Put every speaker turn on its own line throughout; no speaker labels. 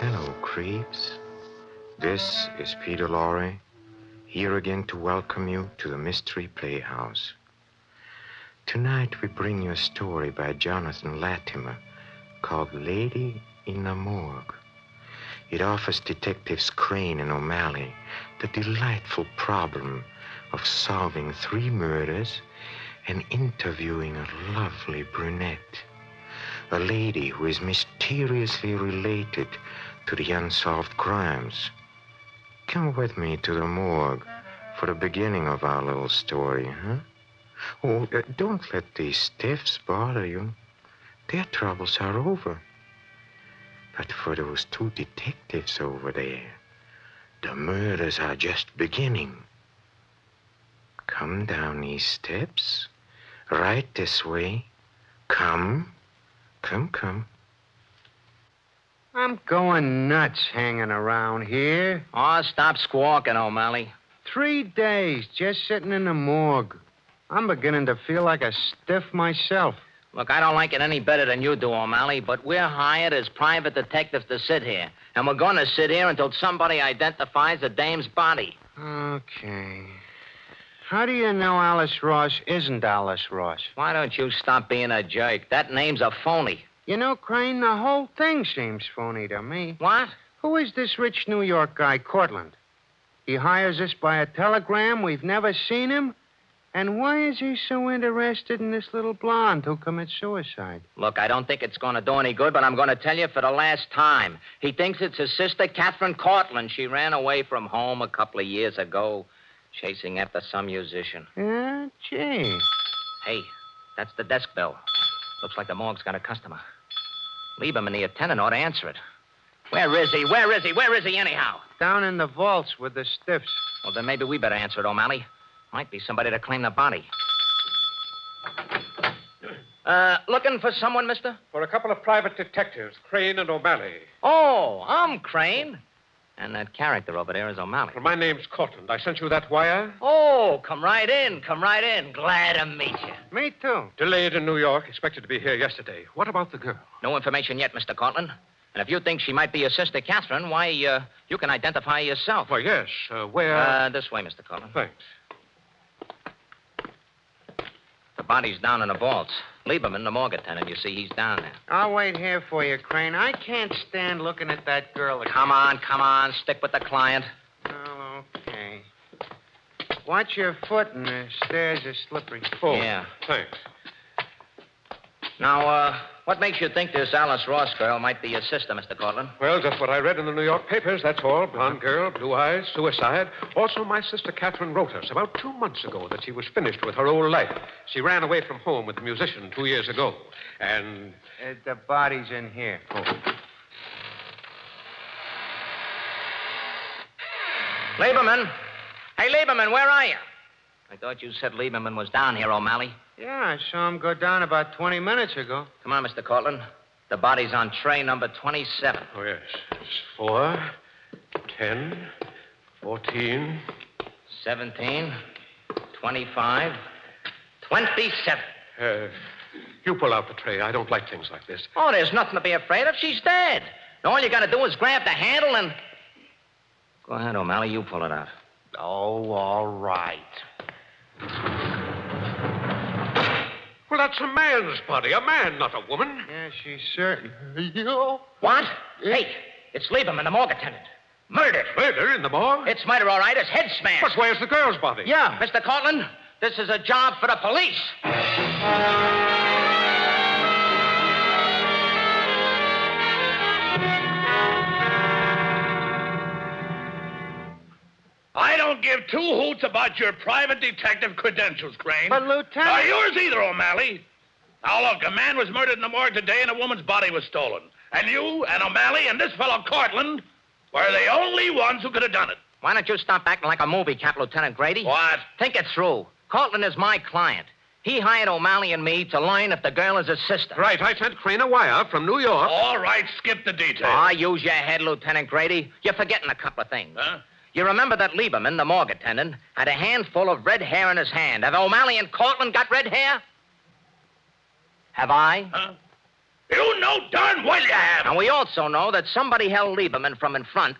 Hello, creeps. This is Peter Lorre, here again to welcome you to the Mystery Playhouse. Tonight we bring you a story by Jonathan Latimer called Lady in the Morgue. It offers detectives Crane and O'Malley the delightful problem of solving three murders and interviewing a lovely brunette a lady who is mysteriously related to the unsolved crimes. Come with me to the morgue for the beginning of our little story, huh? Oh, uh, don't let these stiffs bother you. Their troubles are over. But for those two detectives over there, the murders are just beginning. Come down these steps. Right this way. Come. Come, come.
I'm going nuts hanging around here.
Oh, stop squawking, O'Malley.
Three days just sitting in the morgue. I'm beginning to feel like a stiff myself.
Look, I don't like it any better than you do, O'Malley, but we're hired as private detectives to sit here. And we're going to sit here until somebody identifies the dame's body.
Okay. How do you know Alice Ross isn't Alice Ross?
Why don't you stop being a jerk? That name's a phony.
You know, Crane, the whole thing seems phony to me.
What?
Who is this rich New York guy, Cortland? He hires us by a telegram. We've never seen him. And why is he so interested in this little blonde who commits suicide?
Look, I don't think it's going to do any good, but I'm going to tell you for the last time. He thinks it's his sister, Catherine Cortland. She ran away from home a couple of years ago, chasing after some musician.
Yeah, Eh, gee.
Hey, that's the desk bell. Looks like the morgue's got a customer. Lieberman, the attendant, ought to answer it. Where is he? Where is he? Where is he, anyhow?
Down in the vaults with the stiffs.
Well, then maybe we better answer it, O'Malley. Might be somebody to claim the body. Uh, looking for someone, mister?
for a couple of private detectives, Crane and O'Malley.
Oh, I'm Crane. And that character over there is O'Malley.
Well, my name's Cortland. I sent you that wire.
Oh, come right in. Come right in. Glad to meet you.
Me too.
Delayed in New York, expected to be here yesterday. What about the girl?
No information yet, Mr. Cortland. And if you think she might be your sister, Catherine, why, uh, you can identify yourself.
Why, yes. Uh, where?
Uh, this way, Mr. Cortland.
Thanks.
The body's down in the vaults. Lieberman, the morgue attendant, you see, he's down there.
I'll wait here for you, Crane. I can't stand looking at that girl again.
Come on, come on. Stick with the client.
Oh, okay. Watch your foot, and the stairs are slippery.
Oh,
Yeah.
Thanks.
Now, uh, what makes you think this Alice Ross girl might be your sister, Mr. Cortland?
Well, just what I read in the New York papers, that's all. Blonde girl, blue eyes, suicide. Also, my sister Catherine wrote us about two months ago that she was finished with her old life. She ran away from home with the musician two years ago. And.
Uh, the body's in here.
Lieberman? Hey, Lieberman, where are you? I thought you said Lieberman was down here, O'Malley.
Yeah, I saw him go down about 20 minutes ago.
Come on, Mr. Cortland. The body's on tray number 27.
Oh, yes. It's four, ten, fourteen.
17, 25, 27.
Uh, you pull out the tray. I don't like things like this.
Oh, there's nothing to be afraid of. She's dead. And all you got to do is grab the handle and. Go ahead, O'Malley. You pull it out.
Oh, all right.
Well, that's a man's body. A man, not a woman.
Yeah, she's certain. You?
What? Hey, it's Lieberman, the morgue attendant. Murdered.
Murder in the morgue?
It's murder, all right. It's head
But
smashed.
where's the girl's body?
Yeah.
Mr. Cortland, this is a job for the police.
I don't give two hoots about your private detective credentials, Crane.
But, Lieutenant-
Nor yours either, O'Malley. Now, look, a man was murdered in the morgue today and a woman's body was stolen. And you and O'Malley and this fellow Cortland were the only ones who could have done it.
Why don't you stop acting like a movie cap, Lieutenant Grady?
What?
Think it through. Cortland is my client. He hired O'Malley and me to learn if the girl is his sister.
Right, I sent Crane a wire from New York.
All right, skip the details.
Ah, use your head, Lieutenant Grady. You're forgetting a couple of things.
Huh?
You remember that Lieberman, the morgue attendant, had a handful of red hair in his hand. Have O'Malley and Cortland got red hair? Have I?
Huh? You know darn well you have.
And we also know that somebody held Lieberman from in front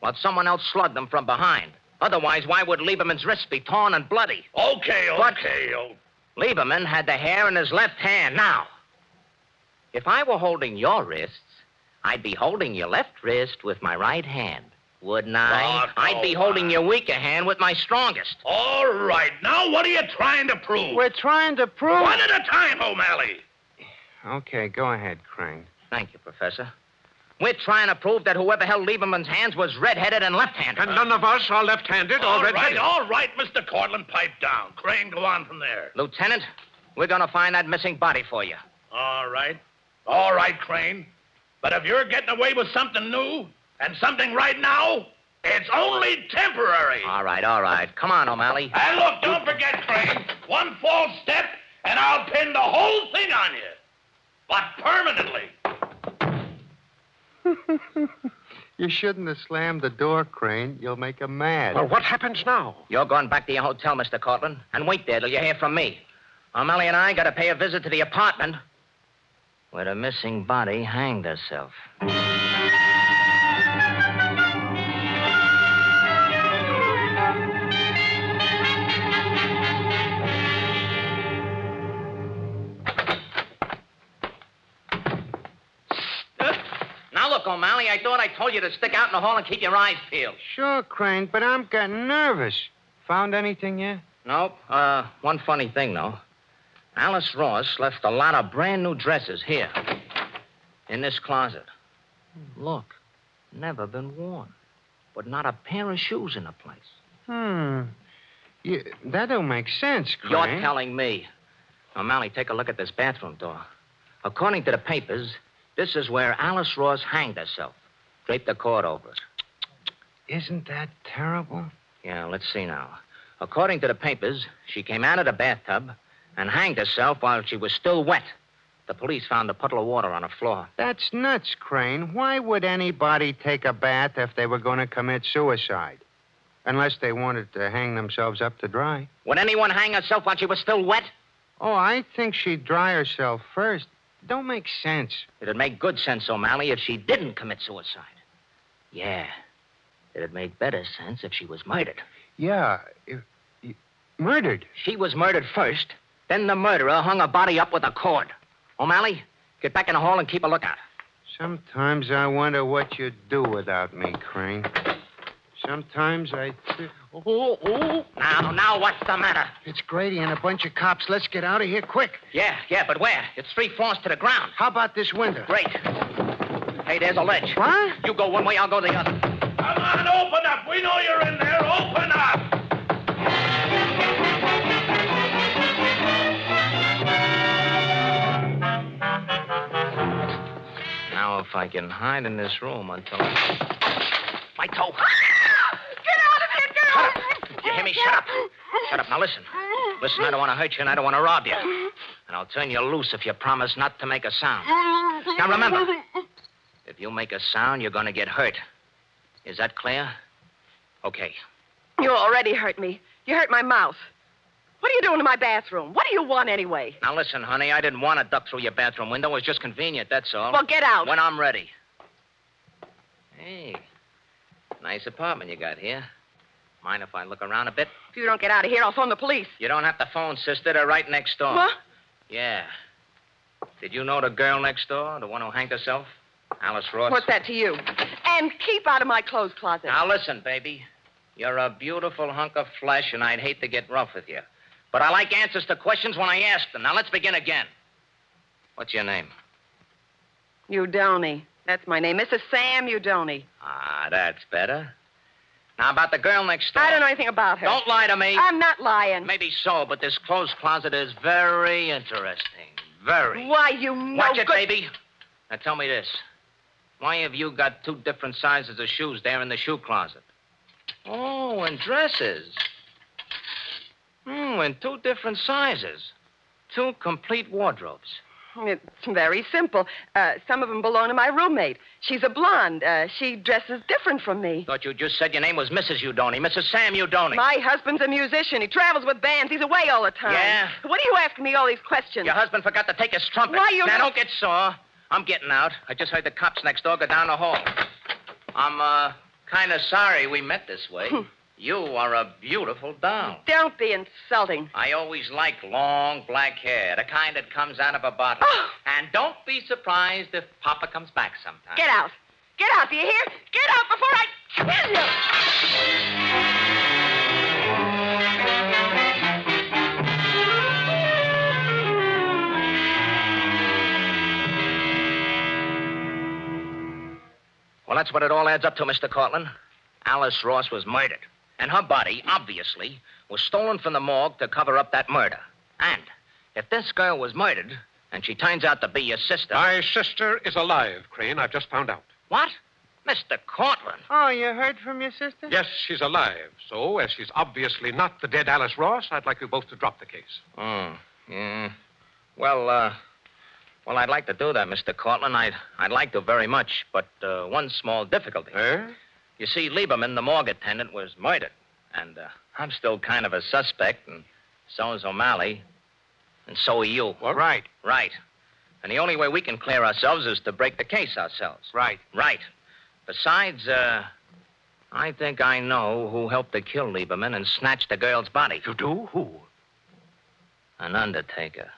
while someone else slugged him from behind. Otherwise, why would Lieberman's wrist be torn and bloody?
Okay,
What?
okay. Oh,
Lieberman had the hair in his left hand now. If I were holding your wrists, I'd be holding your left wrist with my right hand, wouldn't I?
Oh,
I'd be
go
holding
on.
your weaker hand with my strongest.
all right. Now, what are you trying to prove?
We're trying to prove.
One at a time, O'Malley.
Okay, go ahead, Crane.
Thank you, Professor. We're trying to prove that whoever held Lieberman's hands was red-headed and left-handed.
And none of us are left handed or
All
red
right,
headed.
all right, Mr. Cortland, pipe down. Crane, go on from there.
Lieutenant, we're going to find that missing body for you.
All right. All right, Crane. But if you're getting away with something new and something right now, it's only temporary.
All right, all right. Come on, O'Malley.
And look, don't forget, Crane, one false step, and I'll pin the whole thing on you. But permanently.
You shouldn't have slammed the door, Crane. You'll make him mad.
Well, what happens now?
You're going back to your hotel, Mr. Cortland, and wait there till you hear from me. O'Malley and I got to pay a visit to the apartment where the missing body hanged herself. Now look, O'Malley, I thought I told you to stick out in the hall and keep your eyes peeled.
Sure, Crane, but I'm getting nervous. Found anything yet?
Nope. Uh, one funny thing, though. Alice Ross left a lot of brand new dresses here in this closet. Look, never been worn, but not a pair of shoes in the place.
Hmm. You, that don't make sense, Crane.
You're telling me. O'Malley, take a look at this bathroom door. According to the papers, this is where Alice Ross hanged herself. Draped the cord over it.
Isn't that terrible?
Yeah, let's see now. According to the papers, she came out of the bathtub and hanged herself while she was still wet. The police found a puddle of water on the floor.
That's nuts, Crane. Why would anybody take a bath if they were going to commit suicide? Unless they wanted to hang themselves up to dry.
Would anyone hang herself while she was still wet?
Oh, I think she'd dry herself first. Don't make sense.
It'd make good sense, O'Malley, if she didn't commit suicide. Yeah. It'd make better sense if she was murdered.
Yeah. if- y- murdered.
She was murdered first, then the murderer hung her body up with a cord. O'Malley, get back in the hall and keep a lookout.
Sometimes I wonder what you'd do without me, Crane. Sometimes I. thi-
Ooh, ooh. Now, now, what's the matter?
it's Grady and a bunch of cops. Let's get out of here quick.
Yeah, yeah, but where? It's three floors to the ground.
How about this window?
Great. Hey, there's a ledge.
What?
You go one way, I'll go the other.
Come on, open up. We know you're in there. Open up.
Now, if I can hide in this room until I... My toe. Shut up. Did you hear me? Shut up. Shut up. Now, listen. Listen, I don't want to hurt you, and I don't want to rob you. And I'll turn you loose if you promise not to make a sound. Now, remember, if you make a sound, you're going to get hurt. Is that clear? Okay.
You already hurt me. You hurt my mouth. What are you doing in my bathroom? What do you want anyway?
Now, listen, honey, I didn't want to duck through your bathroom window. It was just convenient, that's all.
Well, get out.
When I'm ready. Hey, nice apartment you got here. Mind if I look around a bit?
If you don't get out of here, I'll phone the police.
You don't have to phone, sister. They're right next door.
What?
Yeah. Did you know the girl next door, the one who hanged herself? Alice Ross?
What's that to you? And keep out of my clothes closet.
Now, listen, baby. You're a beautiful hunk of flesh, and I'd hate to get rough with you. But I like answers to questions when I ask them. Now, let's begin again. What's your name?
You Udoni. That's my name. Mrs. Sam Udoni.
Ah, that's better. Now, about the girl next door.
I don't know anything about her.
Don't lie to me.
I'm not lying.
Maybe so, but this clothes closet is very interesting. Very.
Why, you know
Watch it,
good...
baby. Now tell me this. Why have you got two different sizes of shoes there in the shoe closet? Oh, and dresses. Hmm, and two different sizes. Two complete wardrobes.
It's very simple. Uh, some of them belong to my roommate. She's a blonde. Uh, she dresses different from me.
Thought you just said your name was Mrs. Udoni, Mrs. Sam Udoni.
My husband's a musician. He travels with bands. He's away all the time.
Yeah?
What are you asking me all these questions?
Your husband forgot to take his trumpet.
Why, you-
Now, don't get sore. I'm getting out. I just heard the cops next door go down the hall. I'm, uh, kind of sorry we met this way. you are a beautiful doll.
Don't be insulting.
I always like long black hair, the kind that comes out of a bottle.
Oh.
And don't be surprised if Papa comes back sometime.
Get out. Get out, do you hear? Get out before I kill you.
Well, that's what it all adds up to, Mr. Cortland. Alice Ross was murdered. And her body, obviously, was stolen from the morgue to cover up that murder. And if this girl was murdered, and she turns out to be your sister.
My sister is alive, Crane. I've just found out.
What? Mr. Cortland.
Oh, you heard from your sister?
Yes, she's alive. So, as she's obviously not the dead Alice Ross, I'd like you both to drop the case.
Oh, yeah. Well, uh, well, I'd like to do that, Mr. Cortland. I'd, I'd like to very much, but uh, one small difficulty.
Eh?
You see, Lieberman, the morgue attendant, was murdered. And uh, I'm still kind of a suspect, and so is O'Malley. And so are you.
What? Right.
Right. And the only way we can clear ourselves is to break the case ourselves.
Right.
Right. Besides, uh, I think I know who helped to kill Lieberman and snatch the girl's body.
You do? Who?
An undertaker.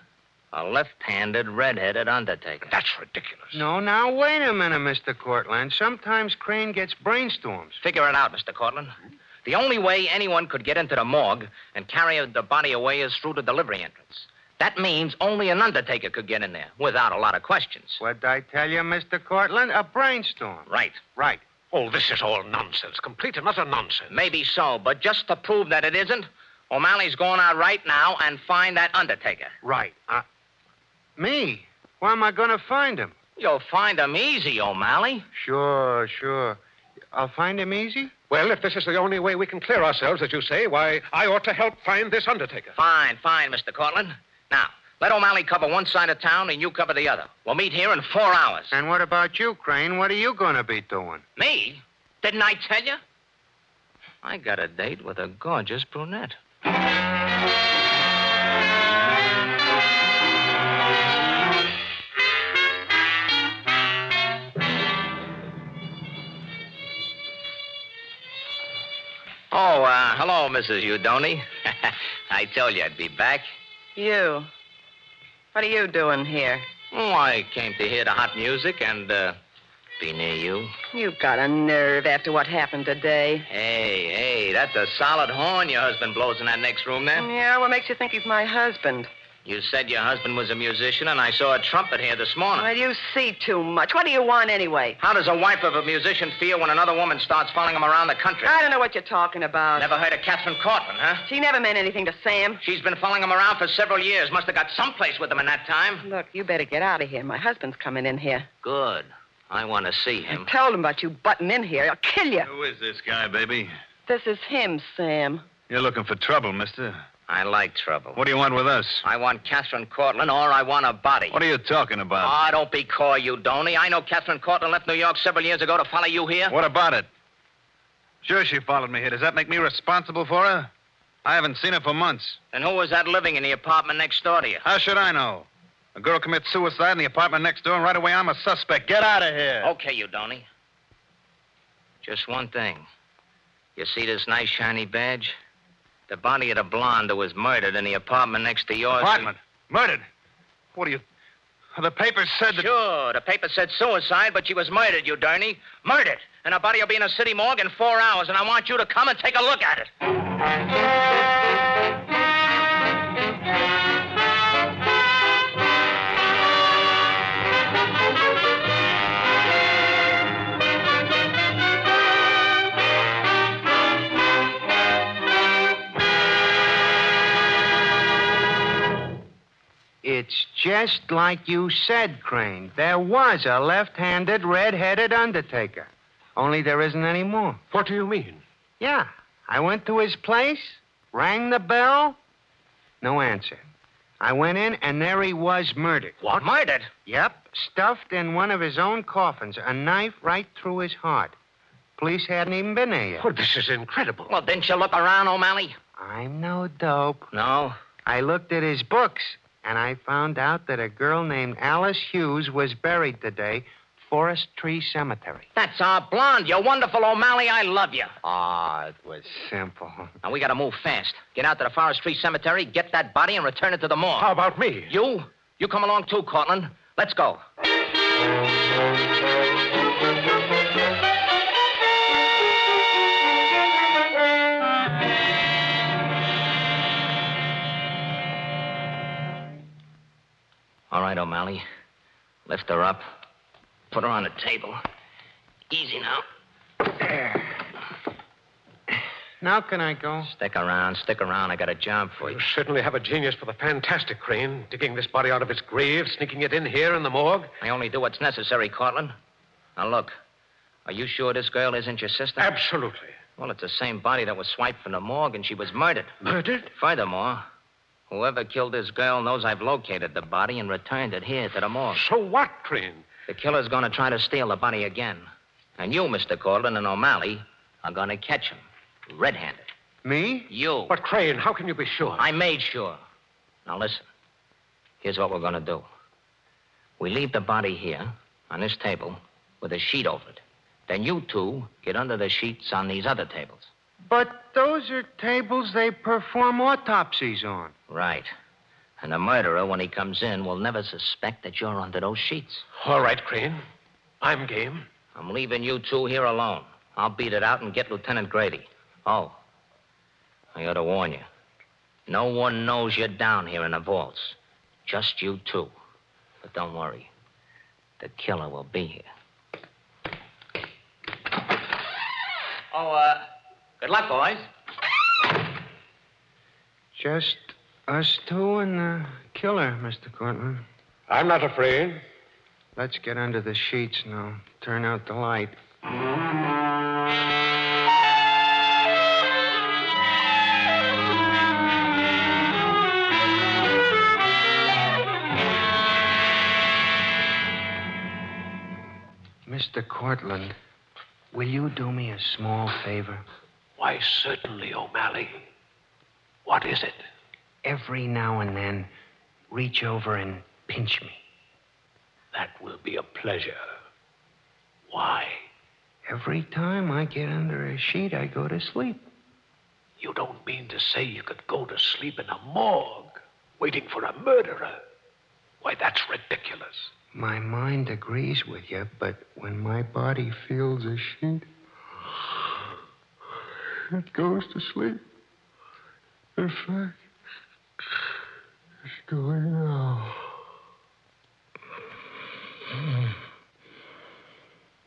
A left-handed, red-headed undertaker.
That's ridiculous.
No, now, wait a minute, Mr. Cortland. Sometimes Crane gets brainstorms.
Figure it out, Mr. Cortland. The only way anyone could get into the morgue and carry the body away is through the delivery entrance. That means only an undertaker could get in there without a lot of questions.
What'd I tell you, Mr. Cortland? A brainstorm.
Right.
Right.
Oh, this is all nonsense. Complete and utter nonsense.
Maybe so, but just to prove that it isn't, O'Malley's going out right now and find that undertaker.
Right. Uh, me? Where am I going to find him?
You'll find him easy, O'Malley.
Sure, sure. I'll find him easy?
Well, if this is the only way we can clear ourselves, as you say, why, I ought to help find this undertaker.
Fine, fine, Mr. Cortland. Now, let O'Malley cover one side of town and you cover the other. We'll meet here in four hours.
And what about you, Crane? What are you going to be doing?
Me? Didn't I tell you? I got a date with a gorgeous brunette. Oh, uh, hello, Mrs. Udoni. I told you I'd be back.
You. What are you doing here?
Oh, I came to hear the hot music and uh, be near you.
You've got a nerve after what happened today.
Hey, hey, that's a solid horn your husband blows in that next room there.
Mm, Yeah, what makes you think he's my husband?
You said your husband was a musician, and I saw a trumpet here this morning.
Well, you see too much. What do you want anyway?
How does a wife of a musician feel when another woman starts following him around the country?
I don't know what you're talking about.
Never heard of Catherine Cortland, huh?
She never meant anything to Sam.
She's been following him around for several years. Must have got someplace with him in that time.
Look, you better get out of here. My husband's coming in here.
Good. I want to see him.
I told him about you butting in here. I'll kill you.
Who is this guy, baby?
This is him, Sam.
You're looking for trouble, mister.
I like trouble.
What do you want with us?
I want Catherine Cortland, or I want a body.
What are you talking about?
Ah, don't be coy, you Donny. I know Catherine Cortland left New York several years ago to follow you
Uh,
here.
What about it? Sure, she followed me here. Does that make me responsible for her? I haven't seen her for months.
And who was that living in the apartment next door to you?
How should I know? A girl commits suicide in the apartment next door, and right away I'm a suspect. Get out of here.
Oh,
Okay, you Donny. Just one thing. You see this nice shiny badge? The body of the blonde who was murdered in the apartment next to yours.
Apartment. Murdered. What do you. The papers said that.
Sure, the paper said suicide, but she was murdered, you Donny. Murdered. And her body will be in a city morgue in four hours, and I want you to come and take a look at it.
It's just like you said, Crane. There was a left handed, red headed undertaker. Only there isn't any more.
What do you mean?
Yeah. I went to his place, rang the bell, no answer. I went in, and there he was murdered.
What? Murdered?
Yep, stuffed in one of his own coffins, a knife right through his heart. Police hadn't even been there yet.
Well, this is incredible.
Well, didn't you look around, O'Malley?
I'm no dope.
No.
I looked at his books, and I found out that a girl named Alice Hughes was buried today, Forest Tree Cemetery.
That's our blonde. You're wonderful, O'Malley. I love you.
Ah, it was simple.
Now, we gotta move fast. Get out to the Forest Tree Cemetery, get that body, and return it to the morgue.
How about me?
You? You come along too, Cortland. Let's go. All right, O'Malley. Lift her up. Put her on the table. Easy now.
Now can I go?
Stick around, stick around. I got a job for you.
You certainly have a genius for the fantastic, Crane. Digging this body out of its grave, sneaking it in here in the morgue.
I only do what's necessary, Cortland. Now, look. Are you sure this girl isn't your sister?
Absolutely.
Well, it's the same body that was swiped from the morgue, and she was murdered.
Murdered?
Furthermore, whoever killed this girl knows I've located the body and returned it here to the morgue.
So what, Crane?
The killer's going to try to steal the body again. And you, Mr. Cortland and O'Malley, are going to catch him red handed.
Me?
You.
But, Crane, how can you be sure?
I made sure. Now, listen. Here's what we're going to do we leave the body here on this table with a sheet over it. Then you two get under the sheets on these other tables.
But those are tables they perform autopsies on.
Right. And the murderer, when he comes in, will never suspect that you're under those sheets.
All right, Crane. I'm game.
I'm leaving you two here alone. I'll beat it out and get Lieutenant Grady. Oh, I gotta warn you. No one knows you're down here in the vaults. Just you two. But don't worry. The killer will be here. Oh, uh, good luck, boys.
Just us two and the killer, Mr. Cortland.
I'm not afraid.
Let's get under the sheets now. Turn out the light. Mr. Cortland, will you do me a small favor?
Why, certainly, O'Malley. What is it?
Every now and then, reach over and pinch me.
That will be a pleasure. Why?
Every time I get under a sheet, I go to sleep.
You don't mean to say you could go to sleep in a morgue, waiting for a murderer? Why, that's ridiculous.
My mind agrees with you, but when my body feels a sheet, it goes to sleep. In fact, it's going now.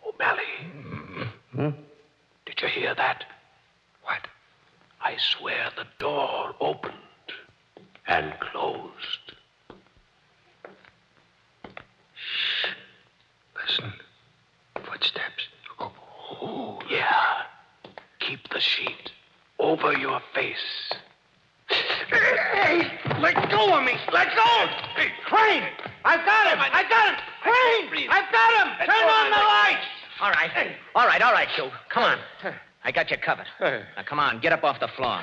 O'Malley. Did you hear that?
What?
I swear the door opened and closed.
Listen. Footsteps. Oh,
Oh, yeah. Keep the sheet over your face.
Crane! I've got him! I've got him! Crane! I've got him! Turn on the lights!
All right. All right, all right, you. Come on. I got you covered. Now, come on, get up off the floor.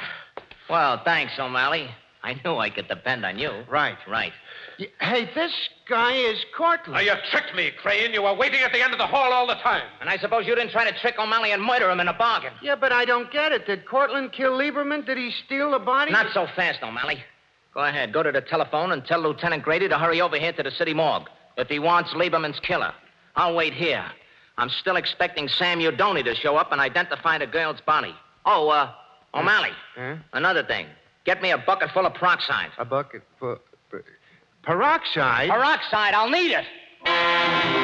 Well, thanks, O'Malley. I knew I could depend on you.
Right.
Right.
Y- Hey, this guy is
Now,
Cortland.
you tricked me, Crane. You were waiting at the end of the hall all the time.
And I suppose you didn't try to trick O'Malley and murder him in a bargain.
Yeah, but I don't get it. Did Cortland kill Lieberman? Did he steal the body?
Not so fast, O'Malley. Go ahead, go to the telephone and tell Lieutenant Grady to hurry over here to the city morgue. If he wants Lieberman's killer, I'll wait here. I'm still expecting Sam Udoni to show up and identify the girl's body. Oh, uh, O'Malley.
Huh?
Another thing. Get me a bucket full of peroxide.
A bucket for. for- Peroxide?
Peroxide, I'll need it.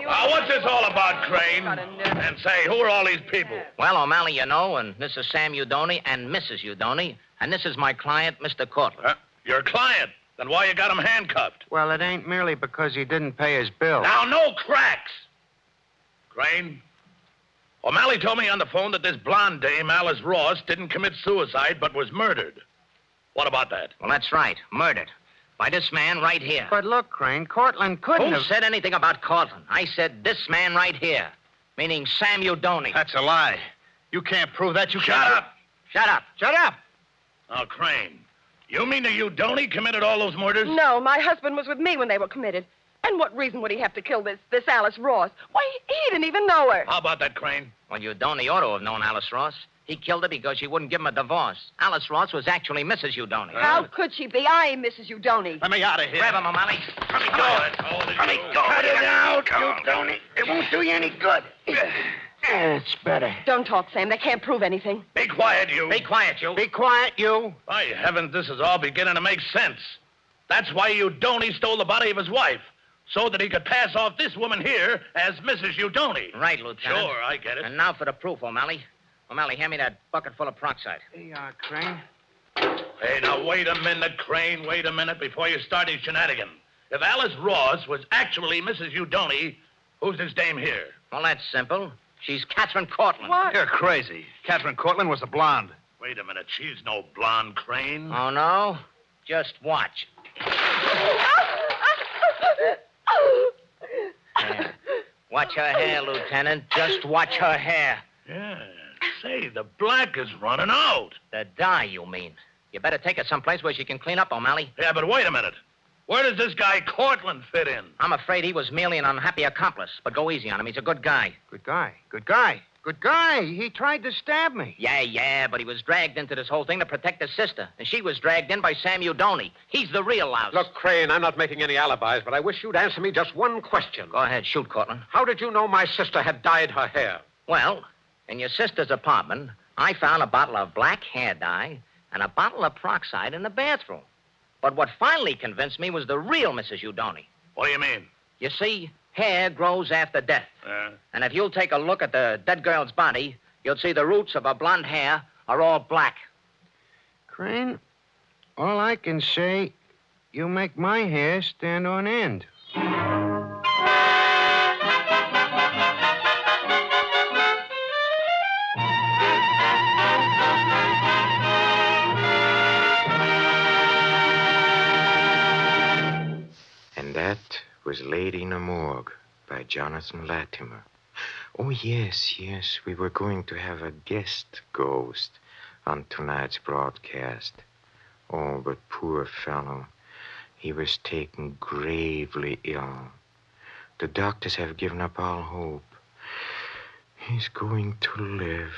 Now, Uh, what's this all about, Crane? And say, who are all these people?
Well, O'Malley, you know, and this is Sam Udoni and Mrs. Udoni, and this is my client, Mr. Cortland.
Huh? Your client. Then why you got him handcuffed?
Well, it ain't merely because he didn't pay his bill.
Now, no cracks. Crane, O'Malley told me on the phone that this blonde dame, Alice Ross, didn't commit suicide but was murdered. What about that?
Well, that's right, murdered. By this man right here.
But look, Crane, Cortland couldn't
Who
have.
said anything about Cortland? I said this man right here, meaning Sam Udoni.
Uh,
That's a lie. You can't prove that. You
Shut
can't.
up!
Shut up.
Shut up!
Now, Crane, you mean that you Doney committed all those murders?
No, my husband was with me when they were committed. And what reason would he have to kill this, this Alice Ross? Why, he didn't even know her.
How about that, Crane?
Well, Udoni ought to have known Alice Ross. He killed her because she wouldn't give him a divorce. Alice Ross was actually Mrs. Udoni.
How could she be? I am Mrs. Udoni.
Let me out of here.
Grab him, O'Malley.
Let me go. Let me go.
Cut it out,
Doney.
It won't do you any good. It's better.
Don't talk, Sam. They can't prove anything.
Be quiet, you.
Be quiet, you.
Be quiet, you.
By heavens, this is all beginning to make sense. That's why Udoni stole the body of his wife, so that he could pass off this woman here as Mrs. Udoni.
Right, Lieutenant.
Sure, I get it.
And now for the proof, O'Malley. O'Malley, hand me that bucket full of peroxide.
Here you are, Crane.
Hey, now wait a minute, Crane. Wait a minute before you start his shenanigan. If Alice Ross was actually Mrs. Udoni, who's this dame here?
Well, that's simple. She's Catherine Cortland.
What?
You're crazy. Catherine Cortland was a blonde.
Wait a minute. She's no blonde Crane.
Oh, no? Just watch. There. Watch her hair, Lieutenant. Just watch her hair.
Yeah. Say, the black is running out.
The dye, you mean. You better take her someplace where she can clean up, O'Malley.
Yeah, but wait a minute. Where does this guy Cortland fit in?
I'm afraid he was merely an unhappy accomplice, but go easy on him. He's a good guy.
Good guy. Good guy. Good guy. He tried to stab me.
Yeah, yeah, but he was dragged into this whole thing to protect his sister, and she was dragged in by Sam Udoni. He's the real louse.
Look, Crane, I'm not making any alibis, but I wish you'd answer me just one question.
Go ahead, shoot, Cortland.
How did you know my sister had dyed her hair?
Well, in your sister's apartment, I found a bottle of black hair dye and a bottle of peroxide in the bathroom. But what finally convinced me was the real Mrs. Udoni.
What do you mean?
You see, hair grows after death.
Uh,
And if you'll take a look at the dead girl's body, you'll see the roots of her blonde hair are all black.
Crane, all I can say, you make my hair stand on end.
And that was Lady in a Morgue by Jonathan Latimer. Oh, yes, yes, we were going to have a guest ghost on tonight's broadcast. Oh, but poor fellow. He was taken gravely ill. The doctors have given up all hope. He's going to live.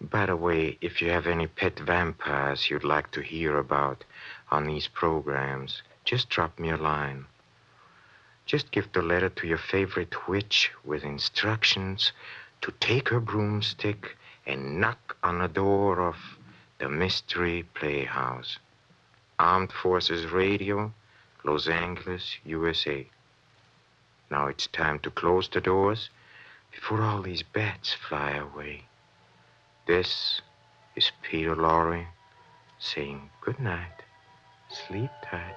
By the way, if you have any pet vampires you'd like to hear about on these programs, just drop me a line. Just give the letter to your favorite witch with instructions to take her broomstick and knock on the door of the Mystery Playhouse. Armed Forces Radio, Los Angeles, USA. Now it's time to close the doors before all these bats fly away. This is Peter Lorre saying good night. Sleep tight.